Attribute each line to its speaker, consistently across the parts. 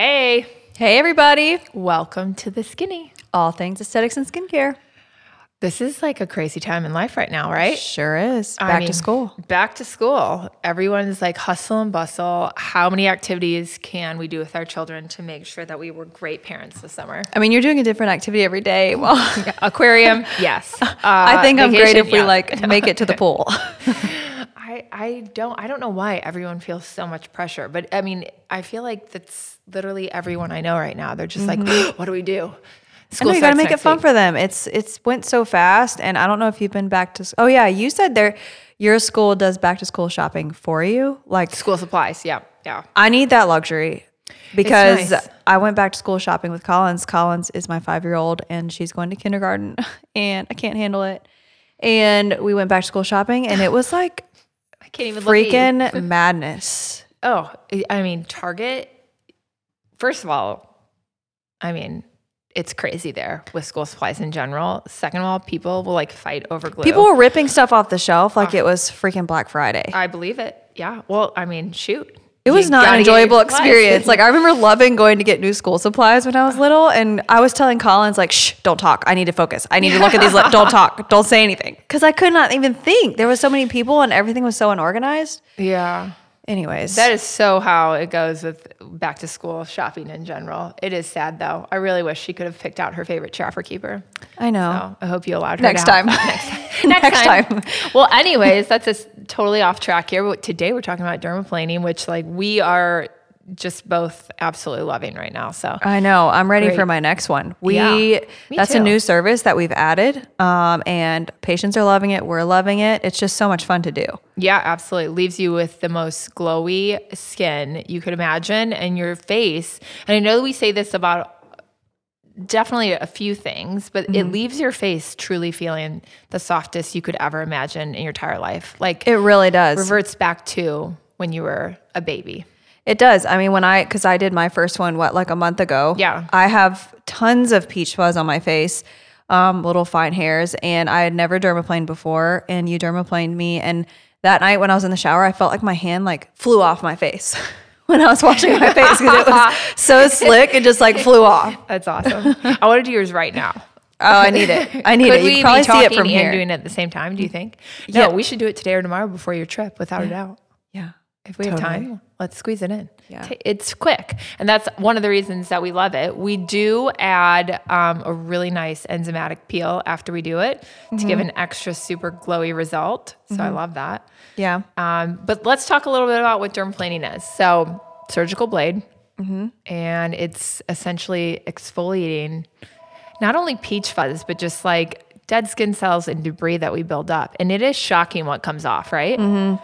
Speaker 1: Hey,
Speaker 2: Hey, everybody.
Speaker 1: welcome to the skinny.
Speaker 2: All things aesthetics and skincare.
Speaker 1: This is like a crazy time in life right now, right?
Speaker 2: Sure is.
Speaker 1: I
Speaker 2: Back
Speaker 1: mean,
Speaker 2: to school.
Speaker 1: Back to school. Everyone's like hustle and bustle. How many activities can we do with our children to make sure that we were great parents this summer?
Speaker 2: I mean, you're doing a different activity every day. Well,
Speaker 1: Aquarium, yes.
Speaker 2: I
Speaker 1: Uh,
Speaker 2: think I'm great
Speaker 1: vacation,
Speaker 2: if we
Speaker 1: yeah.
Speaker 2: like make it to the pool.
Speaker 1: I, I don't I don't know why everyone feels so much pressure, but I mean I feel like that's literally everyone I know right now. They're just like, what do we do?
Speaker 2: Mm-hmm. I
Speaker 1: School
Speaker 2: know you got
Speaker 1: starts
Speaker 2: to make it
Speaker 1: next
Speaker 2: fun
Speaker 1: week.
Speaker 2: for them. It's it's went so fast, and I don't know if you've been back to. s- Oh yeah, you said there, your school does back to school shopping for you. Like
Speaker 1: school supplies. Yeah, yeah.
Speaker 2: I need that luxury because
Speaker 1: nice.
Speaker 2: I went back to school shopping with Collins. Collins is my five year old and she's going to kindergarten and I can't handle it. And we went back to school shopping and it was like
Speaker 1: I can't even look at you.
Speaker 2: freaking madness.
Speaker 1: Oh, I- I mean, Target, first of all, I mean, it's crazy there with school supplies in general. Second of all, people will like fight over glue.
Speaker 2: People were ripping stuff off the shelf
Speaker 1: Ah.
Speaker 2: like it was freaking Black Friday.
Speaker 1: I believe it. Yeah. Well, I mean, shoot.
Speaker 2: It
Speaker 1: Ah, You
Speaker 2: was not
Speaker 1: gotta
Speaker 2: an
Speaker 1: get your
Speaker 2: enjoyable
Speaker 1: supplies.
Speaker 2: experience. Like I remember loving going to get new school supplies when I
Speaker 1: Ah.
Speaker 2: was little, and I was telling Collins like, "Shh, don't talk. I need to focus. I need to look at these. Li- don't talk. Don't say anything." Because I could not even think. There was so many people, and everything was so unorganized.
Speaker 1: yeah.
Speaker 2: Anyways,
Speaker 1: That is so how it goes with back to school shopping in general. It is sad though. I really wish she could have picked out her favorite trapper keeper.
Speaker 2: I know.
Speaker 1: So I hope you allowed her
Speaker 2: Oh. Next
Speaker 1: to have
Speaker 2: time.
Speaker 1: next,
Speaker 2: Next
Speaker 1: time.
Speaker 2: time.
Speaker 1: well, anyways, that's us totally off track here. But today we're talking about dermaplaning, which like we are just both absolutely loving right now. So
Speaker 2: I know. I'm ready for
Speaker 1: Great.
Speaker 2: my next one. We
Speaker 1: Yeah. Me
Speaker 2: that's
Speaker 1: too.
Speaker 2: a new service that we've added, um, and patients are loving it. We're loving it. It's just so much fun to do.
Speaker 1: yeah, absolutely. Leaves you with the most glowy skin you could imagine and your face. And I know we say this about definitely a few things, but it leaves your face truly feeling the softest you could ever imagine in your entire life. Like
Speaker 2: It really does.
Speaker 1: reverts back to when you were a baby.
Speaker 2: It does. I mean, when I, because I did my first one, what, like a month ago?
Speaker 1: Yeah.
Speaker 2: I have tons of peach fuzz on my face, um, little fine hairs, and I had never dermaplaned before, and you dermaplaned me. And that night when I was in the shower, I felt like my hand like flew off my face when I was washing my face because it was so slick, it just like flew off.
Speaker 1: That's awesome. I want to do yours right now.
Speaker 2: Oh, I need it. I need
Speaker 1: Could
Speaker 2: it.
Speaker 1: we
Speaker 2: You can probably
Speaker 1: be
Speaker 2: see
Speaker 1: talking
Speaker 2: it from
Speaker 1: and
Speaker 2: here.
Speaker 1: doing it at the same time? Do you think? No,
Speaker 2: Yeah.
Speaker 1: we should do it today or tomorrow before your trip, without a doubt.
Speaker 2: yeah.
Speaker 1: If we have
Speaker 2: Totally.
Speaker 1: time, let's squeeze it in.
Speaker 2: Yeah.
Speaker 1: Ta- It's quick. And that's one of the reasons that we love it. We do add um, a really nice enzymatic peel after we do it to
Speaker 2: Mm-hmm.
Speaker 1: give an extra super glowy result. So I love that.
Speaker 2: Yeah.
Speaker 1: Um, but let's talk a little bit about what dermaplaning is. So, surgical blade, and it's essentially exfoliating not only peach fuzz, but just like dead skin cells and debris that we build up. And it is shocking what comes off, right?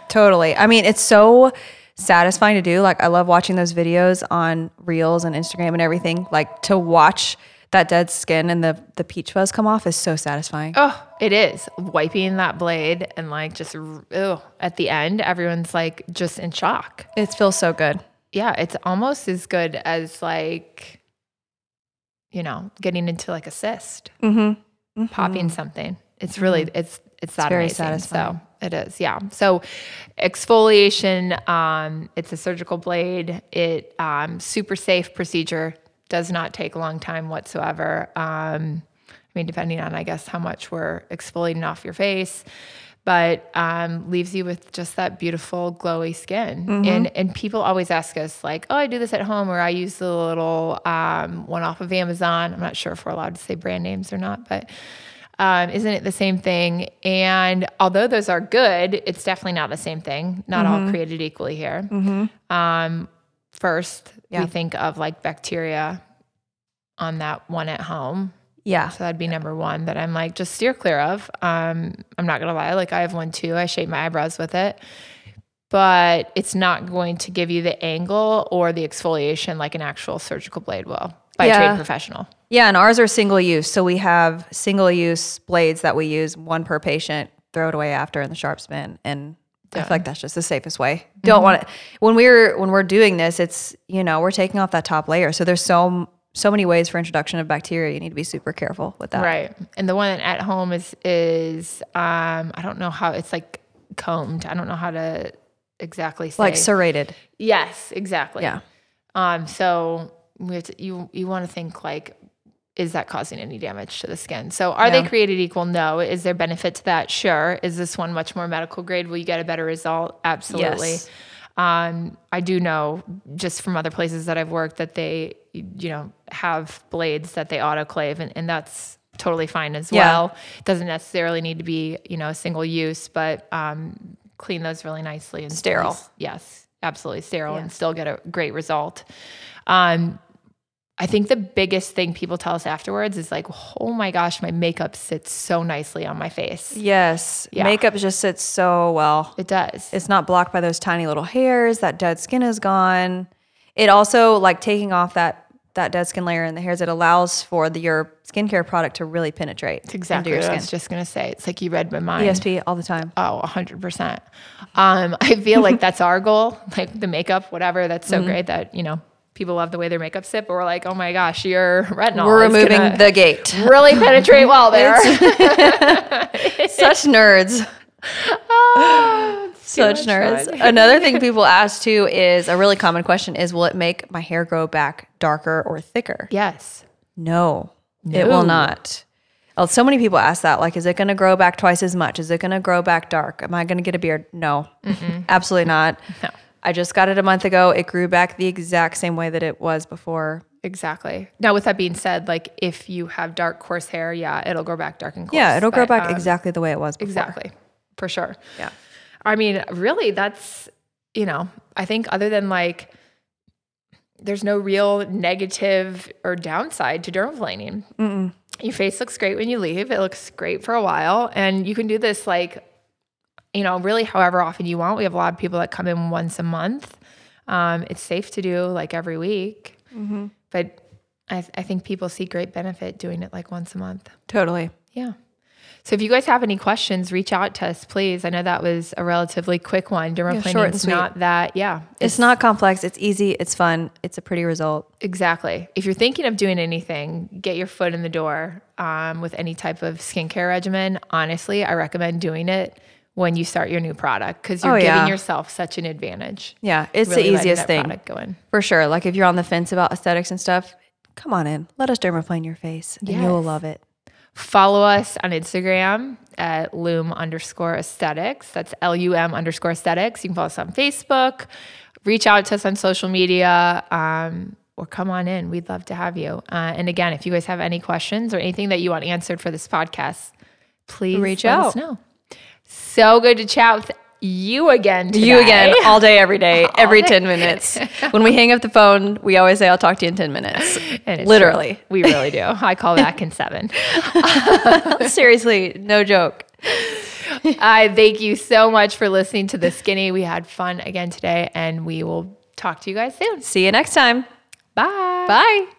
Speaker 2: Totally. I mean, it's so satisfying to do. Like, I love watching those videos on Reels and Instagram and everything. Like, to watch that dead skin and the, the peach fuzz come off is so satisfying.
Speaker 1: Oh, it is wiping that blade and like just oh, at the end, everyone's like just in shock.
Speaker 2: It feels so good.
Speaker 1: Yeah, it's almost as good as like, you know, getting into like a cyst.
Speaker 2: Mm-hmm.
Speaker 1: popping something. It's really it's it's that
Speaker 2: very
Speaker 1: amazing.
Speaker 2: satisfying.
Speaker 1: So it is, yeah. So exfoliation, um, it's a surgical blade. It um, super safe procedure. Does not take a long time whatsoever. Um, I mean, depending on I guess how much we're exfoliating off your face, but um, leaves you with just that beautiful glowy skin. And and people always ask us like, oh, I do this at home, or I use the little um, one off of Amazon. I'm not sure if we're allowed to say brand names or not, but um, isn't it the same thing? And although those are good, it's definitely not the same thing. Not
Speaker 2: Mm-hmm.
Speaker 1: all created equally here. Um, first,
Speaker 2: Yeah.
Speaker 1: we think of like bacteria on that one at home.
Speaker 2: Yeah.
Speaker 1: So that'd be number one that I'm like, just steer clear of. Um, I'm not gonna lie, like I have one too. I shave my eyebrows with it, but it's not going to give you the angle or the exfoliation like an actual surgical blade will by
Speaker 2: Yeah.
Speaker 1: trade professional.
Speaker 2: Yeah. And ours are single use. So we have single use blades that we use, one per patient, throw it away after in the sharps bin. And I feel like that's just the safest way. Don't want it. When we're, when we're doing this, it's, you know, we're taking off that top layer. So there's so, so many ways for introduction of bacteria. You need to be super careful with that.
Speaker 1: Right. And the one at home is is um I don't know how it's like combed. I don't know how to exactly say.
Speaker 2: like serrated.
Speaker 1: yes, exactly.
Speaker 2: Yeah.
Speaker 1: Um so we have to, you you want to think like is that causing any damage to the skin? So are they
Speaker 2: Yeah.
Speaker 1: created equal? No. Is there benefit to that? Sure. Is this one much more medical grade? Will you get a better result? Absolutely.
Speaker 2: Yes.
Speaker 1: Um, I do know just from other places that I've worked that they, you know, have blades that they autoclave and, and that's totally fine as
Speaker 2: Yeah.
Speaker 1: well. Doesn't necessarily need to be, you know, single use, but um, clean those really nicely and
Speaker 2: Sterile.
Speaker 1: Yes, absolutely sterile
Speaker 2: Yeah.
Speaker 1: and still get a great result. Um, I think the biggest thing people tell us afterwards is like, oh my gosh, my makeup sits so nicely on my face.
Speaker 2: Yes.
Speaker 1: Yeah.
Speaker 2: Makeup just sits so well.
Speaker 1: It does.
Speaker 2: It's not blocked by those tiny little hairs. That dead skin is gone. It also like taking off that that dead skin layer and the hairs. It allows for the, your skincare product to really penetrate
Speaker 1: It's exactly
Speaker 2: into
Speaker 1: what
Speaker 2: your
Speaker 1: I
Speaker 2: skin.
Speaker 1: was just going to say. It's like you read my mind.
Speaker 2: ESP all the time.
Speaker 1: Oh, 100%. Um, I feel like that's our goal, like the makeup, whatever. That's
Speaker 2: Mm-hmm.
Speaker 1: so great that, you know, people love the way their makeup sit, but we're like, oh my gosh, your retinol.
Speaker 2: We're
Speaker 1: is
Speaker 2: removing
Speaker 1: gonna
Speaker 2: the gate.
Speaker 1: Really penetrate well there.
Speaker 2: Such nerds. Such
Speaker 1: Ah, much
Speaker 2: nerds.
Speaker 1: fun.
Speaker 2: Another thing people ask too is a really common question is will it make my hair grow back darker or thicker?
Speaker 1: yes.
Speaker 2: No, it will
Speaker 1: No.
Speaker 2: not. Oh, so many people ask that. Like, is it going to grow back twice as much? Is it going to grow back dark? Am I going to get a beard? No, absolutely not.
Speaker 1: No.
Speaker 2: I just got it a month ago. It grew back the exact same way that it was before.
Speaker 1: Exactly. Now, with that being said, like if you have dark, coarse hair, yeah, it'll grow back dark and coarse.
Speaker 2: Yeah, it'll grow
Speaker 1: but,
Speaker 2: back
Speaker 1: um,
Speaker 2: exactly the way it was before.
Speaker 1: Exactly. For sure.
Speaker 2: Yeah.
Speaker 1: I mean, really, that's, you know, I think other than like, there's no real negative or downside to dermaplaning. Your face looks great when you leave. It looks great for a while. And you can do this like, you know, really however often you want. We have a lot of people that come in once a month. Um, it's safe to do like every week.
Speaker 2: Mm-hmm.
Speaker 1: But I, I think people see great benefit doing it like once a month.
Speaker 2: Totally.
Speaker 1: Yeah. So if you guys have any questions, reach out to us, please. I know that was a relatively quick one. Dermaplaning
Speaker 2: short and
Speaker 1: is
Speaker 2: sweet.
Speaker 1: not that. Yeah.
Speaker 2: It's, not complex. It's easy. It's fun. It's a pretty result.
Speaker 1: Exactly. If you're thinking of doing anything, get your foot in the door um, with any type of skincare regimen. Honestly, I recommend doing it when you start your new product because you're
Speaker 2: Oh, yeah.
Speaker 1: giving yourself such an advantage.
Speaker 2: Yeah, it's
Speaker 1: Really
Speaker 2: the
Speaker 1: letting
Speaker 2: easiest
Speaker 1: that
Speaker 2: thing
Speaker 1: Product going.
Speaker 2: for sure. Like, if you're on the fence about aesthetics and stuff, come on in. Let us dermaplane your face, and you'll
Speaker 1: Yes.
Speaker 2: love it.
Speaker 1: Follow us on Instagram at loom underscore aesthetics. That's L U M underscore aesthetics. You can follow us on Facebook. Reach out to us on social media um, or come on in. We'd love to have you. Uh, and again, if you guys have any questions or anything that you want answered for this podcast, please
Speaker 2: Reach
Speaker 1: let
Speaker 2: out.
Speaker 1: us know. So good to chat with you again. Today.
Speaker 2: You again, all day, every day, every
Speaker 1: day.
Speaker 2: 10 minutes. when we hang up the phone, we always say, I'll talk to you in 10 minutes.
Speaker 1: And it's
Speaker 2: Literally.
Speaker 1: true. We really do. I call that in seven.
Speaker 2: Seriously, no joke.
Speaker 1: I thank you so much for listening to The Skinny. We had fun again today, and we will talk to you guys soon.
Speaker 2: See you next time.
Speaker 1: Bye.
Speaker 2: Bye.